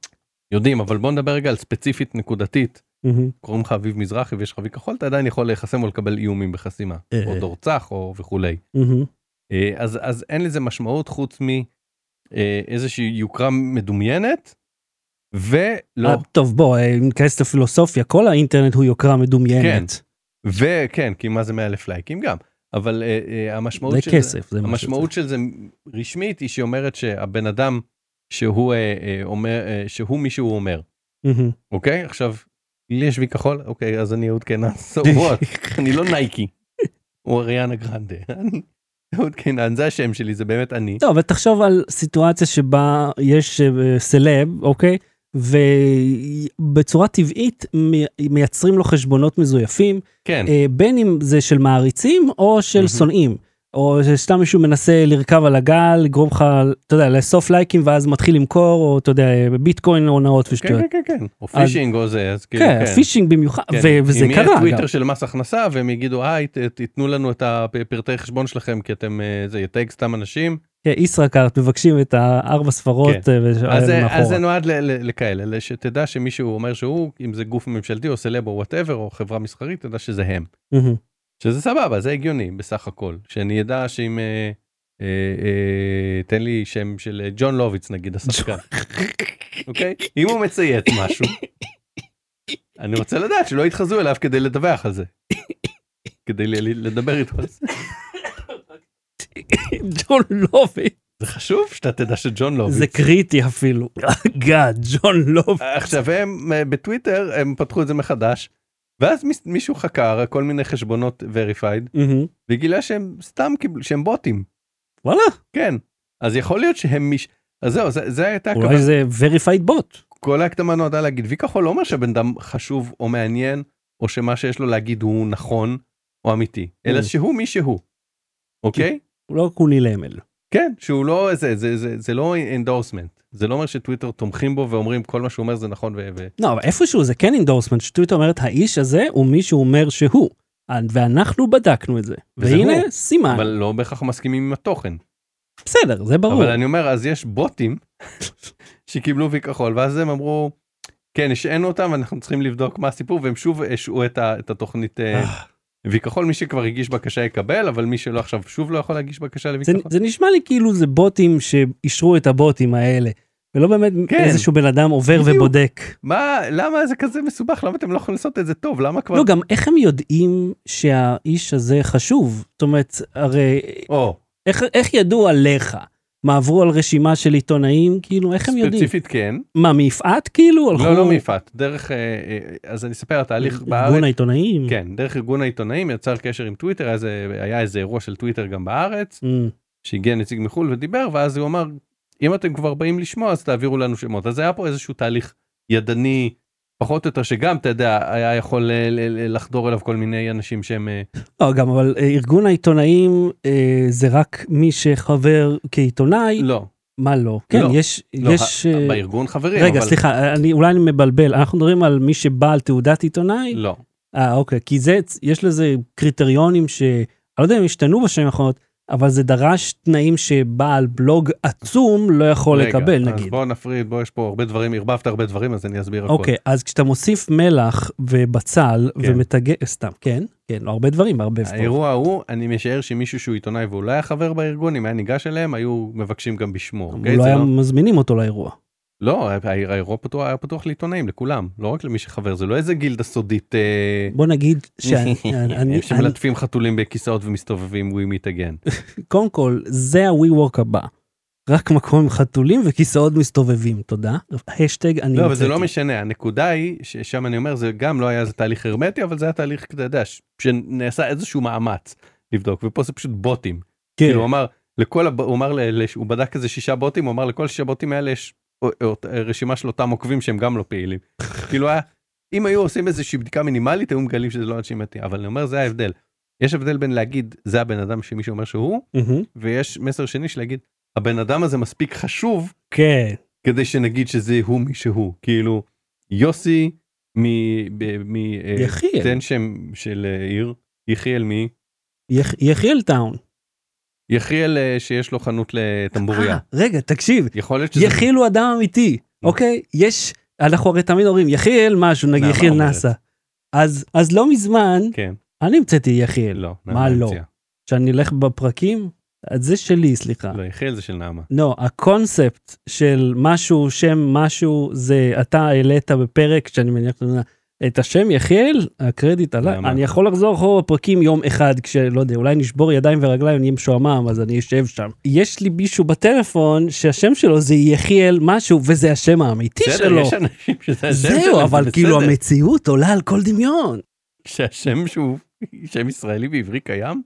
יודעים אבל בוא נדבר רגע על ספציפית נקודתית
מהמם.
קוראים לך אביב מזרחי ויש לך וי כחול אתה עדיין יכול להיחסם או לקבל איומים בחסימה
אה.
או דורצח או וכולי.
מהמם.
אה, אז אז אין לזה משמעות חוץ מאיזושהי יוקרה מדומיינת. ולא
אה, טוב בוא אה, אם ניכנס לפילוסופיה כל האינטרנט הוא יוקרה
כן,
מדומיינת.
וכן כן, כי מה זה 100 אלף לייקים גם אבל אה, אה, המשמעות
זה
של זה,
כסף. זה מה
המשמעות של זה רשמית היא שאומרת שהבן אדם שהוא אה, אה, אומר אה, שהוא מי שהוא אומר
שצריך. מהמם.
אוקיי עכשיו לי יש וי כחול אוקיי אז אני אעודכן אז so what אני לא נייקי או אריאנה גרנדה אני אעודכן זה השם שלי זה באמת אני
טוב, אבל תחשוב על סיטואציה שבה יש אה, סלב, אוקיי? ובצורה טבעית מי- מייצרים לו חשבונות מזויפים,
כן
אה, בין אם זה של מעריצים או של
מהמם.
שונאים. או שסתם מישהו מנסה לרכב על הגל, לגרום לך, אתה יודע, לאסוף לייקים ואז מתחיל למכור, או אתה יודע, ביטקוין הונאות
כן
ושטויות.
כן כן כן או פישינג או זה אז כאילו
כן, פישינג במיוחד,
כן.
ו- וזה
אם יהיה
קרה גם.
טוויטר של מס הכנסה והם יגידו היי ת- תיתנו לנו את הפרטי חשבון שלכם כי אתם אה, זה יתג סתם אנשים
כן, ישראכרט מבקשים את הארבע ספרות אה, וש-
כן. אז זה- אז זה
מאחורה.
נועד ל- ל- לכאלה ל- שתדע שמישהו אומר שהוא אם זה גוף ממשלתי או סלב או וואטאבר או חברה מסחרית תדע שזה הם
מהמם.
שזה סבבה זה הגיוני בסך הכל שאני אדע שאם אה, אה, אה, תן לי שם של אה, ג'ון לוביץ נגיד השחקן אוקיי אם הוא מציית משהו אני רוצה לדעת שלא יתחזו אליו כדי לדווח על זה. כדי ל- ל- לדבר איתו על זה.
ג'ון לובי.
זה חשוב שאתה תדע שג'ון לוביץ.
זה קריטי אפילו. גאד, ג'ון לוב.
עכשיו הם אה, בטוויטר הם פתחו את זה מחדש ואז מיס- מישהו חקר כל מיני חשבונות verified וגילה שהם סתם קיבלו שהם בוטים
וואלה,
כן אז יכול להיות שהם מיש... אז זהו זה, זה הייתה הכוונה.
אולי זה verified bot.
כל ההקדמה נועדה להגיד וי כחול לא אומר שבן אדם חשוב או מעניין או שמה שיש לו להגיד הוא נכון או אמיתי אלא
Mm.
שהוא מי שהוא. אוקיי?
הוא לא קוני למל.
כן שהוא לא זה זה זה זה לא אינדורסמנט זה לא אומר שטוויטר תומכים בו ואומרים כל מה שהוא אומר זה נכון ו... ו...
לא, אבל איפשהו זה כן אינדורסמנט, שטוויטר אומרת האיש הזה הוא מי שאומר שהוא. ואנחנו בדקנו את זה.
וזה
והנה
הוא.
סימן.
אבל לא בהכרח מסכימים עם התוכן.
בסדר, זה ברור.
אבל אני אומר אז יש בוטים שקיבלו וי כחול ואז הם אמרו כן השעינו אותם ואנחנו צריכים לבדוק מה הסיפור והם שוב השעו את, ה- את התוכנית אה,
אה,
וי כחול מי שכבר הגיש בקשה יקבל אבל מי שלא עכשיו שוב לא יכול להגיש בקשה לוי
זה-
כחול.
זה נשמע לי כאילו זה בוטים שאישרו את הבוטים האלה. ולא באמת
כן.
איזשהו בן אדם עובר
בדיוק.
ובודק.
מה למה זה כזה מסובך למה אתם לא יכולים לעשות את זה טוב למה כבר
לא, גם איך הם יודעים שהאיש הזה חשוב? זאת אומרת, הרי
או,
איך, איך ידעו עליך? מה, עברו על רשימה של עיתונאים? כאילו, איך הם יודעים?
ספציפית כן
מה, מיפעת כאילו?
לא לא מיפעת דרך אה, אה, אז אני אספר התהליך בארץ
ארגון העיתונאים?
כן דרך ארגון העיתונאים יצר קשר עם טוויטר היה איזה- היה איזה אירוע של טוויטר גם בארץ
Mm,
שהגיע נציג מחול ודיבר ואז הוא אמר אם אתם כבר באים לשמוע אז תעבירו לנו שמות אז היה פה איזשהו תהליך ידני פחות או יותר שגם אתה יודע היה יכול אה, ל- ל- לחדור אליו כל מיני אנשים שהם אה,
לא, גם, אבל אה, ארגון העיתונאים אה, זה רק מי שחבר כעיתונאי,
לא
מה לא? כן,
לא,
יש...
לא,
יש,
ה-
אה,
בארגון חברים.
רגע,
אבל-
סליחה, אה, אני, אולי אני מבלבל, אנחנו מדברים על מי שבא על תעודת עיתונאי?
לא.
אה, אוקיי, כי זה, יש לזה קריטריונים ש... אני לא יודע אם השתנו בשנים האחרונות, אבל זה דרש תנאים שבעל בלוג עצום לא יכול
רגע,
לקבל,
אז
נגיד.
בוא נפריד, בוא יש פה הרבה דברים, ערבבת הרבה דברים, אז אני אסביר הכל.
אוקיי, אז כשאתה מוסיף מלח ובצל ומתגל... סתם, כן, כן, הרבה דברים, הרבה פה.
האירוע הוא, אני משער שמישהו שהוא עיתונאי והוא לא היה חבר בארגון, אם היה ניגש אליהם, היו מבקשים גם בשמו. אוקיי?
לא
זה
היה מזמינים אותו לאירוע.
לא, ה- האירוע פתוח, היה פתוח לעיתונאים, לכולם, לא רק למי שחבר, זה לא איזה גילדה סודית, אה,
בוא נגיד שאני... אני- אני-
שמלטפים חתולים בכיסאות ומסתובבים we meet again.
קודם כל, זה ה-we work הבא. רק מקום עם חתולים וכיסאות מסתובבים, תודה. השטג אני
לא, אבל זה לא
המצאתי.
משנה, הנקודה היא, ששם אני אומר, זה גם לא היה איזה תהליך הרמטי, אבל זה היה תהליך, אתה יודע, ש- שנעשה איזשהו מאמץ לבדוק, ופה זה פשוט בוטים.
כן.
כאילו הוא אמר לכל הב- הוא אמר ל- לש- הוא בדק איזה שישה בוטים הוא אמר לכל שישה בוטים האלה יש א- א- רשימה של אותם עוקבים שהם גם לא פעילים. כאילו היה אם היו עושים איזושהי בדיקה מינימלית היו מגלים שזה לא אנשים מתים אבל אני אומר זה ההבדל. יש הבדל בין להגיד זה הבן אדם שמישהו אומר שהוא
מהמם.
ויש מסר שני שלהגיד הבן אדם הזה מספיק חשוב
כן.
כדי שנגיד שזה הוא מי שהוא כאילו יוסי מ- ב- מ... אה,
יחיאל.
תן שם של אה, עיר יחיאל מי
יח- יחיאל טאון.
יחיאל אה, שיש לו חנות לטמבוריה.
אה, רגע, תקשיב,
יכול להיות שזה
יחיאל הוא אדם אמיתי,
נו.
אוקיי? יש, אנחנו הרי תמיד אומרים, יחיאל משהו, נגיד
נעמה
יחיאל
אומרת.
נאסא. אז אז לא מזמן,
כן,
אני המצאתי יחיאל.
לא.
מה
נעמה
לא?
המציאה.
שאני אלך בפרקים, אז זה שלי, סליחה.
לא, יחיאל זה של נעמה.
לא, הקונספט של משהו, שם משהו, זה אתה העלית בפרק, שאני מניח שאתה יודע, את השם יחיאל, הקרדיט עליי,
למה?
אני יכול לחזור אחורה פרקים יום אחד, כשלא יודע, אולי נשבור ידיים ורגליים, נהיה משועמם, אז אני אשב שם. יש לי מישהו בטלפון שהשם שלו זה יחיאל משהו, וזה השם האמיתי
בסדר,
שלו.
יש אנשים שזה השם שלהם,
זהו,
זה
אבל כאילו
בסדר.
המציאות עולה על כל דמיון.
שהשם שהוא שם ישראלי בעברי קיים?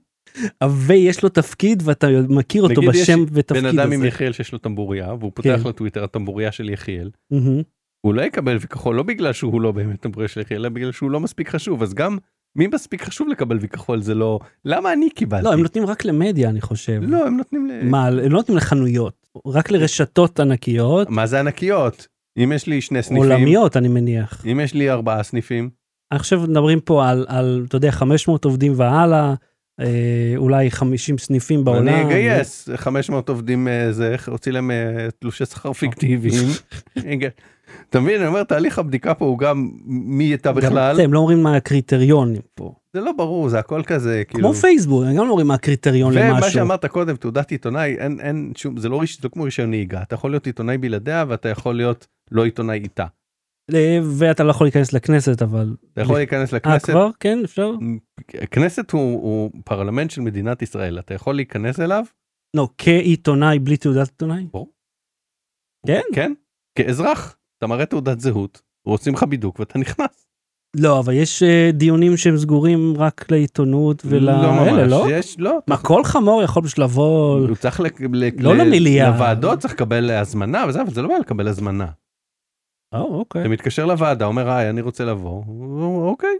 ויש לו תפקיד ואתה מכיר אותו
נגיד יש
בשם
בן
ותפקיד הזה.
אדם עם יחיאל שיש לו טמבוריה, והוא פותח
כן.
לטוויטר הטמבוריה של יחיאל.
מהמם.
הוא לא יקבל וכחול לא בגלל שהוא לא באמת טמבוריה של יחיאל, אלא בגלל שהוא לא מספיק חשוב. אז גם מי מספיק חשוב לקבל וכחול זה לא... למה אני קיבלתי?
לא, הם נותנים רק למדיה, אני חושב.
לא, הם נותנים ל...
מה, הם לא נותנים לחנויות, רק לרשתות ענקיות,
מה זה ענקיות? אם יש לי שני סניפים...
עולמיות אני מניח.
אם יש לי ארבעה סניפים,
עכשיו מדברים פה על, על, אתה יודע, 500 עובדים והלאה, אה, אולי 50 סניפים בעולם.
אני אגייס 500 עובדים אה, זה, איך- הוציא להם אה, תלושי שכר פיקטיביים. רגע, אתה מבין, אני אומר, תהליך הבדיקה פה הוא גם מי הייתה
גם
בכלל,
זה, הם לא אומרים מה הקריטריונים פה.
זה לא ברור, זה הכל כזה, כאילו.
כמו פייסבוק, הם גם לא אומרים מה הקריטריון
ומה
למשהו.
שאמרת קודם, תעודת עיתונאי, אין, אין שום, זה לא, ריש- זה לא כמו רישיון נהיגה, אתה יכול להיות עיתונאי בלעדיה ואתה יכול להיות לא עיתונאי איתה.
אה, ואתה לא יכול להיכנס לכנסת, אבל...
אתה יכול להיכנס
אה,
לכנסת,
כבר? כן, אפשר?
הכנסת הוא, הוא פרלמנט של מדינת ישראל, אתה יכול להיכנס אליו,
לא, כעיתונאי בלי תעודת עיתונאי? כן.
כן, כאזרח, אתה מראה תעודת זהות, רוצים לך בידוק ואתה נכנס.
לא, אבל יש אה, דיונים שהם סגורים רק לעיתונות ול...
לא
אלה,
ממש,
לא?
יש, לא.
מה, כל חמור יכול פשוט לבוא...
הוא צריך לק- ל-
לא
ל-
למליאה.
לוועדות צריך לקבל הזמנה וזה אבל זה לא בעיה לקבל הזמנה.
אה, אוקיי.
אתה מתקשר לוועדה אומר היי אני רוצה לבוא הוא אומר, אוקיי.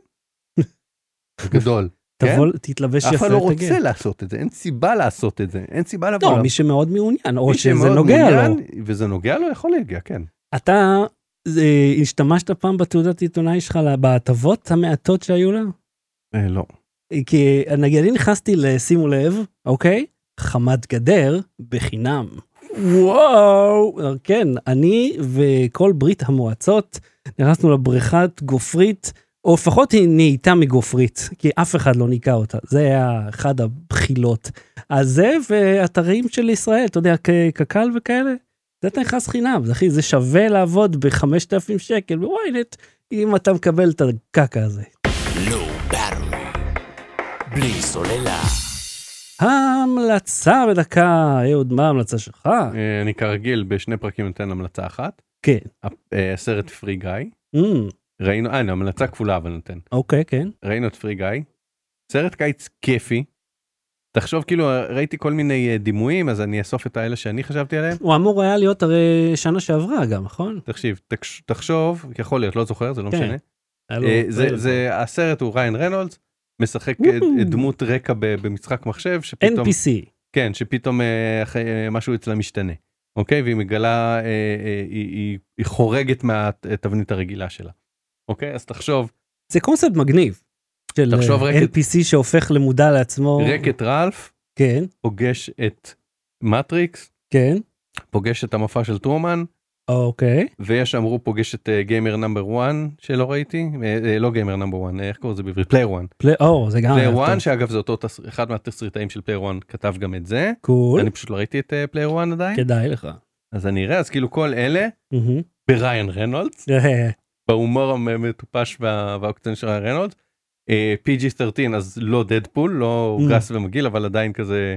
גדול.
תבוא, תתלבש יפה,
אף אחד לא
תגיע.
רוצה לעשות את זה אין סיבה לעשות את זה אין סיבה לבוא.
לא,
לה-
מי שמאוד מעוניין, או
מי
שזה
שמאוד
נוגע לו.
מעוניין, וזה נוגע לו יכול להגיע כן.
אתה אה, השתמשת פעם בתעודת עיתונאי שלך לה- בהטבות המעטות שהיו לה?
אה, לא.
אה, כי אה, נגיד אני נכנסתי לשימו לב, אוקיי? חמת גדר בחינם. וואו, כן, אני וכל ברית המועצות נכנסנו לבריכת גופרית, או לפחות היא נהייתה מגופרית, כי אף אחד לא ניקה אותה, זה היה אחד הבחילות. אז זה ואתרים של ישראל, אתה יודע, כ- קק"ל וכאלה, זה אתה נכנס חינם, זה אחי, זה שווה לעבוד ב-5,000 שקל בוויינט, אם אתה מקבל את הקקה הזה.
נו ברם. לא בלי סוללה.
המלצה בדקה, אהוד, מה ההמלצה שלך?
אה, אני כרגיל בשני פרקים נותן המלצה אחת.
כן.
הפ- אה, הסרט פרי גיא.
אמ,
ראינו, אה, אני המלצה כפולה אבל נותן.
אוקיי, כן.
ראינו את פרי גיא. סרט קיץ כיפי. תחשוב כאילו ראיתי כל מיני אה, דימויים אז אני אאסוף את האלה שאני חשבתי עליהם.
הוא אמור היה להיות הרי שנה שעברה גם, נכון?
תקשיב, תקש, תחשוב, יכול להיות, לא זוכר, זה לא
כן,
משנה.
היה לו
אה, זה,
טריילר.
זה, הסרט הוא ריין רנולדס, משחק אה,
וואו.
דמות רקע ב- במשחק מחשב, שפתאום,
NPC.
כן, שפתאום אה, אחרי, אה, משהו אצלה משתנה. אוקיי? והיא מגלה, אה, אה, היא, היא, היא חורגת מהתבנית הרגילה שלה. אוקיי? אז תחשוב,
זה קונספט מגניב. של
תחשוב
אה,
רקט.
NPC שהופך למודע לעצמו.
רקט רלף
כן,
פוגש את מטריקס,
כן,
פוגש את המופע של טרומן,
אוקיי.
ויש שאמרו פוגש את אה, גיימר נאמבר 1 שלא ראיתי, אה, אה, לא גיימר נאמבר 1, איך קוראים לזה בעברית? פלייר 1.
פלי... או, זה גם... היה
פלייר
אה, טוב.
1 שאגב זה אותו תס- אחד מהתסריטאים של פלייר 1 כתב גם את זה.
קול.
אני פשוט לא ראיתי את פלייר 1 עדיין
כדאי לך.
אז אני אראה אז כאילו כל אלה
מהמם.
בריין רנולדס
אה,
בהומור המטופש וה- והאוקטן של ריין רנולדס. אה, PG 13 אז לא דדפול לא
Mm.
גס ומגעיל אבל עדיין כזה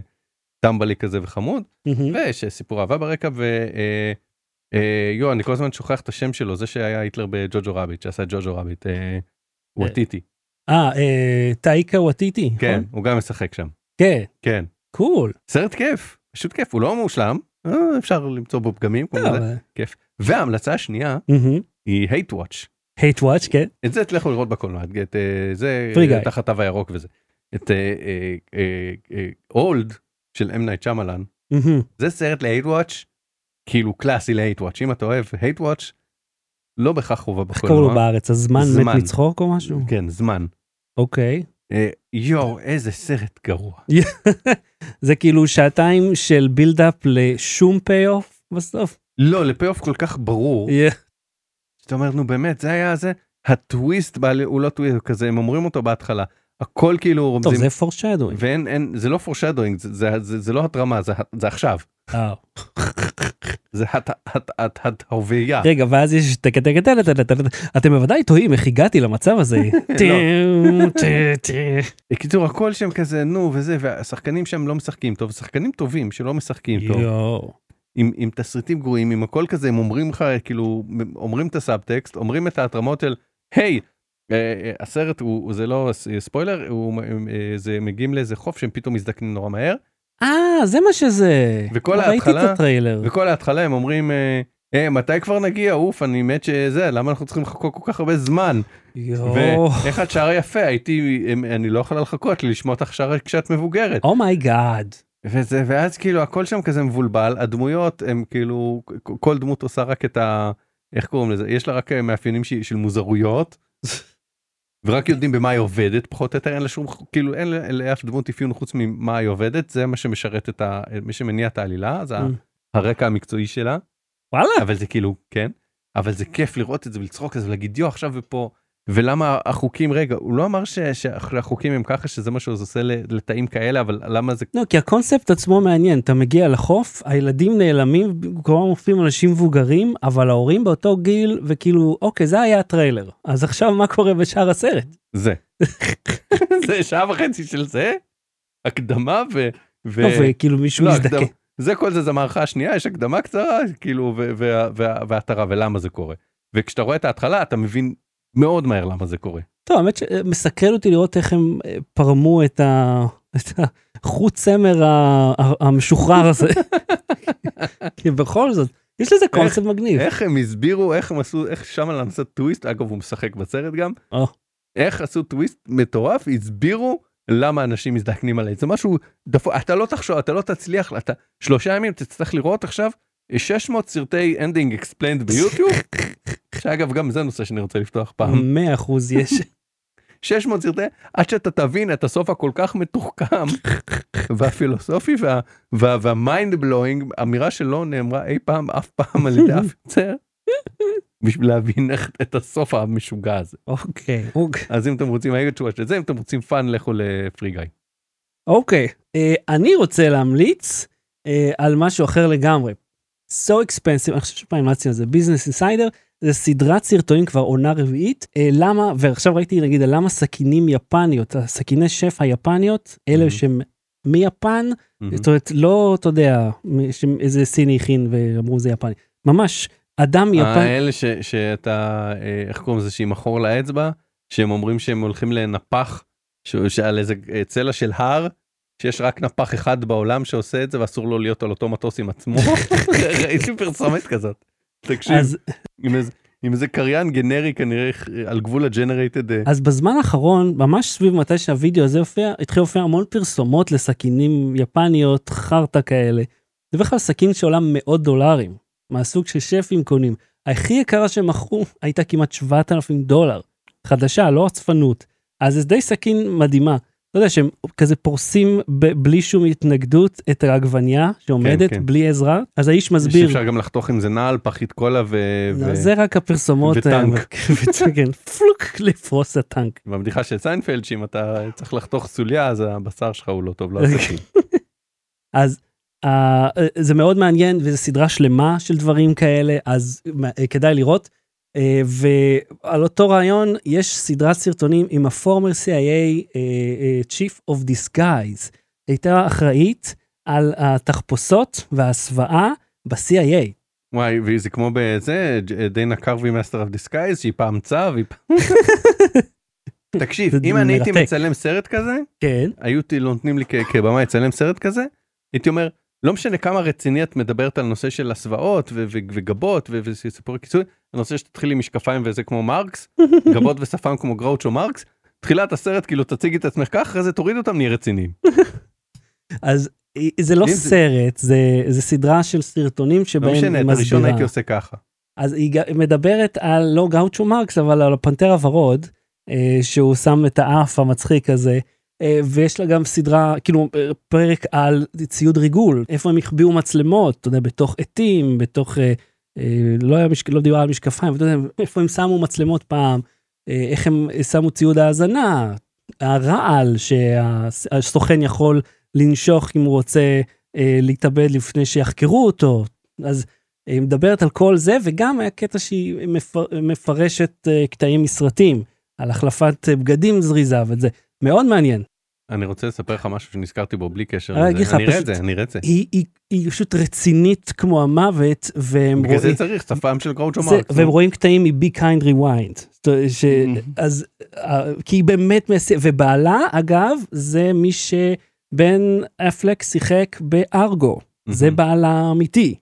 טמבלי כזה וחמוד
מהמם.
ויש אה, סיפור אהבה ברקע ויו אני כל הזמן שוכח את השם שלו זה שהיה היטלר בג'וג'ו רביט שעשה את ג'וג'ו רביט אה, וטיטי
אה, אה, טאיקה וטיטי. נכון?
כן הוא גם משחק שם
כן,
כן
קול.
סרט כיף פשוט כיף הוא לא מושלם אה, אפשר למצוא בו פגמים כמו
אה,
זה.
אבל-
וההמלצה השנייה
מהמם.
היא hate watch
hate watch, כן.
את זה תלכו לראות בקולנוע את- את אה, זה
Free Guy.
תחת תו הירוק וזה את אה, אולד אה, של אם נייט שמלן
מהמם.
זה סרט להייט וואץ' כאילו קלאסי להייט וואץ' אם אתה אוהב הייט וואץ' לא בהכרח חובה
איך קראו לו
בקולנוע.
בארץ? הזמן
זמן.
מת מצחוק או משהו?
כן זמן.
אוקיי.
אה, יואו איזה סרט גרוע.
זה כאילו שעתיים של בילדאפ לשום פי-אוף בסוף.
לא לפי-אוף כל כך ברור
אה.
זאת אומרת נו באמת זה היה זה הטוויסט בעלי- הוא לא טוויסט הוא כזה הם אומרים אותו בהתחלה הכל כאילו
טוב,
רומזים
זה פורשדווינג.
ואין אין זה לא פורשדוינג זה, זה, זה, זה לא התרמה זה, ה- זה עכשיו
אה,
זה הת- הת- הת- הת- ההוויה.
רגע, ואז יש טקה טקה טקה טקה טקה טקה. אתם בוודאי תוהים איך הגעתי למצב הזה.
לא.
טם, טה, טה.
בקיצור הכל שם כזה נו וזה והשחקנים שם לא משחקים טוב שחקנים טובים שלא משחקים טוב
יואו.
עם, עם תסריטים גרועים עם הכל כזה הם אומרים לך כאילו אומרים את הסאבטקסט אומרים את ההתרמות של היי. אה, אה, הסרט הוא הוא- זה לא ס- ספוילר הוא אה, זה מגיעים לאיזה חוף שהם פתאום מזדקנים נורא מהר
אה, זה מה שזה.
וכל
כבר ראיתי
ההתחלה-
את הטריילר.
וכל ההתחלה הם אומרים אה, אה, מתי כבר נגיע אוף אני מת שזה למה אנחנו צריכים לחכות כל כך הרבה זמן
יואו.
ואיך את שרה יפה הייתי אמ, אני לא יכולה לחכות לשמוע אותך שרה כשאת מבוגרת
Oh אומייגאד.
וזה ואז כאילו הכל שם כזה מבולבל הדמויות הם כאילו כ- כל דמות עושה רק את ה... איך קוראים לזה יש לה רק אה, מאפיינים ש... של מוזרויות. ורק יודעים במה היא עובדת פחות או יותר אין לה שום כאילו אין לה- לאף דמות אפיון חוץ ממה היא עובדת זה מה שמשרת את ה... מה שמניע את העלילה זה ה-
Mm.
הרקע המקצועי שלה
וואלה.
אבל זה כאילו כן אבל זה כיף לראות את זה ולצחוק על זה ולהגיד יו עכשיו ופה ולמה החוקים רגע הוא לא אמר ש... שהחוקים הם ככה שזה מה שהוא עושה לתאים כאלה אבל למה זה
לא, כי הקונספט עצמו מעניין, אתה מגיע לחוף, הילדים נעלמים, במקומם מופיעים אנשים מבוגרים, אבל ההורים באותו גיל, וכאילו, אוקיי, זה היה הטריילר, אז עכשיו מה קורה בשאר הסרט?
זה. זה שעה וחצי של זה, הקדמה ו... ו...
טוב, וכאילו מישהו
לא,
מזדקן.
הקדמה. זה כל זה, זה מערכה שנייה, יש הקדמה קצרה, כאילו, ו- וה- וה- והתרה, ולמה זה קורה. וכשאתה רואה את ההתחלה, אתה מבין מאוד מהר למה זה קורה.
טוב, האמת שמסקרן אותי לראות איך הם אה, פרמו את ה... את החוט צמר ה- ה- המשוחרר הזה. כי בכל זאת, יש לזה קונספט מגניב.
איך הם הסבירו, איך הם עשו, איך שמלן עשה טוויסט, אגב, הוא משחק בסרט גם,
או.
איך עשו טוויסט מטורף, הסבירו למה אנשים מזדקנים עליהם. זה משהו, דפו, אתה לא תחשוב, אתה לא תצליח, אתה שלושה ימים תצטרך לראות עכשיו 600 סרטי ending explained ביוטיוב, שאגב, גם זה נושא שאני רוצה לפתוח פעם.
100 אחוז יש.
600 סרטי, עד שאתה תבין את הסוף הכל כך מתוחכם והפילוסופי וה, וה, והמיינד בלואינג, אמירה שלא נאמרה אי פעם, אף פעם על ידי אף יוצר, בשביל להבין איך, את הסוף המשוגע הזה.
אוקיי. אוקיי.
אז אם אתם רוצים הייגד שוואץ' את זה, אם אתם רוצים פאן, לכו לפרי גיא.
אוקיי, אה, אני רוצה להמליץ אה, על משהו אחר לגמרי. So expensive, אני חושב שפעם המלצתי על זה, Business Insider, זה סדרת סרטונים כבר עונה רביעית, אה, למה, ועכשיו ראיתי נגיד על למה סכינים יפניות, הסכיני שף היפניות,
Mhm.
אלה שהם מיפן, זאת אומרת, לא, אתה יודע, מ- ש- איזה סיני הכין ואמרו זה יפני, ממש, אדם יפני,
האלה ש- שאתה, אה, איך קוראים לזה, שעם החור לאצבע, שהם אומרים שהם הולכים לנפח, ש- שעל איזה אה, צלע של הר, שיש רק נפח אחד בעולם שעושה את זה ואסור לו להיות על אותו מטוס עם עצמו. ראיתי פרסומת כזאת. תקשיב,
אז
עם איזה- עם איזה קריין גנרי כנראה אה, על גבול הג'נרייטד. אה,
אז בזמן האחרון, ממש סביב מתי שהווידאו הזה הופיע, התחיל להופיע המון פרסומות לסכינים יפניות, חרטא כאלה. זה בדרך כלל סכין שעולה מאות דולרים, מהסוג ששפים קונים. הכי יקרה שהם מכרו הייתה כמעט 7,000 דולר. חדשה, לא עצפנות. אז זה די סכין מדהימה. אתה יודע שהם כזה פורסים ב- בלי שום התנגדות את העגבנייה שעומדת
כן.
בלי עזרה, אז האיש מסביר.
אפשר גם לחתוך עם זה נעל, פחית קולה ו...
לא,
ו-
זה רק הפרסומות.
וטנק.
האלה. ו- כן, פלוק לפרוס הטנק.
בבדיחה של סיינפלד שאם אתה צריך לחתוך סוליה אז הבשר שלך הוא לא טוב לא
אוקיי.
עסקים.
אז אה, זה מאוד מעניין וזו סדרה שלמה של דברים כאלה, אז אה, כדאי לראות. אה, ועל אותו רעיון יש סדרת סרטונים עם ה-former CIA אה, אה, Chief of Disguise. הייתה אחראית על התחפושות וההסוואה ב-CIA.
וואי וזה כמו בזה דיינה קרווי מאסטר אף דיסקייז שהיא פעם צב. היא פעם- תקשיב
זה
אם אני הייתי
מרתק.
מצלם סרט כזה
כן.
היו תי- נותנים לי כ- כבמה לצלם סרט כזה הייתי אומר לא משנה כמה רציני את מדברת על נושא של הסוואות ו- ו- וגבות ו- וסיפורי כיסוי אני רוצה שתתחילי עם משקפיים וזה כמו מרקס גבות ושפם כמו גראוצ'ו מרקס. תחילת הסרט כאילו תציגי את עצמך כך אחרי זה תוריד אותם נהיה רציניים.
אז אה, זה לא
אם זה-
סרט, זה, זה סדרה של סרטונים שבהם
לא
היא מסבירה.
משנה את הראשון הייתי עושה ככה.
אז היא ג- מדברת על לא גאוצ'ו מרקס אבל על הפנתר הוורוד אה, שהוא שם את האף המצחיק הזה אה, ויש לה גם סדרה כאילו אה, פרק על ציוד ריגול איפה הם החביאו מצלמות אתה יודע בתוך עטים בתוך אה, אה, לא היה משק... לא דיבר על משקפיים אתה יודע, איפה הם שמו מצלמות פעם אה, איך הם שמו ציוד האזנה הרעל שהסוכן יכול לנשוך אם הוא רוצה אה, להתאבד לפני שיחקרו אותו אז היא מדברת על כל זה, וגם היה קטע שהיא מפר, מפרשת אה, קטעים מסרטים, על החלפת אה, בגדים זריזה וזה. מאוד מעניין.
אני רוצה לספר לך משהו שנזכרתי בו בלי קשר
אני אגיד
לזה.
לך,
אני אראה את
פשוט-
זה, אני אראה את זה.
היא, היא, היא פשוט רצינית כמו המוות, והם
בגלל
רואים...
זה צריך כן. שפם של גראוצ'ו
זה,
מרקס.
והם
נו.
רואים קטעים מ-Be Kind Rewind. זאת אומרת ש...
Mhm.
אז... אה, כי היא באמת... מס... ובעלה, אגב, זה מי שבן אפלק שיחק בארגו. זה
Mhm.
בעלה האמיתי.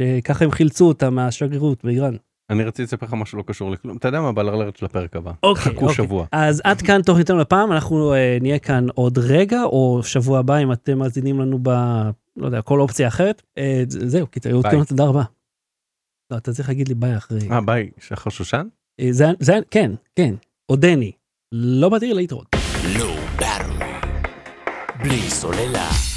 אה, ככה הם חילצו אותה מהשגרירות באיראן.
אני רציתי לספר לך משהו לא קשור לכלום. אתה יודע מה בלרלרת של הפרק הבא.
אוקיי,
חכו שבוע.
אז עד כאן תוכניתנו לפעם, אנחנו אה, נהיה כאן עוד רגע, או שבוע הבא, אם אתם מאזינים לנו ב... לא יודע, כל אופציה אחרת. אה, ז- זהו, כי תראו
ביי.
אותנו, תודה רבה. לא, אתה צריך להגיד לי ביי אחרי.
אה ביי, שחר שושן?
אה, זה, זה, כן, כן, עודני. לא באתי להתראות.
לא ברם, בלי סוללה.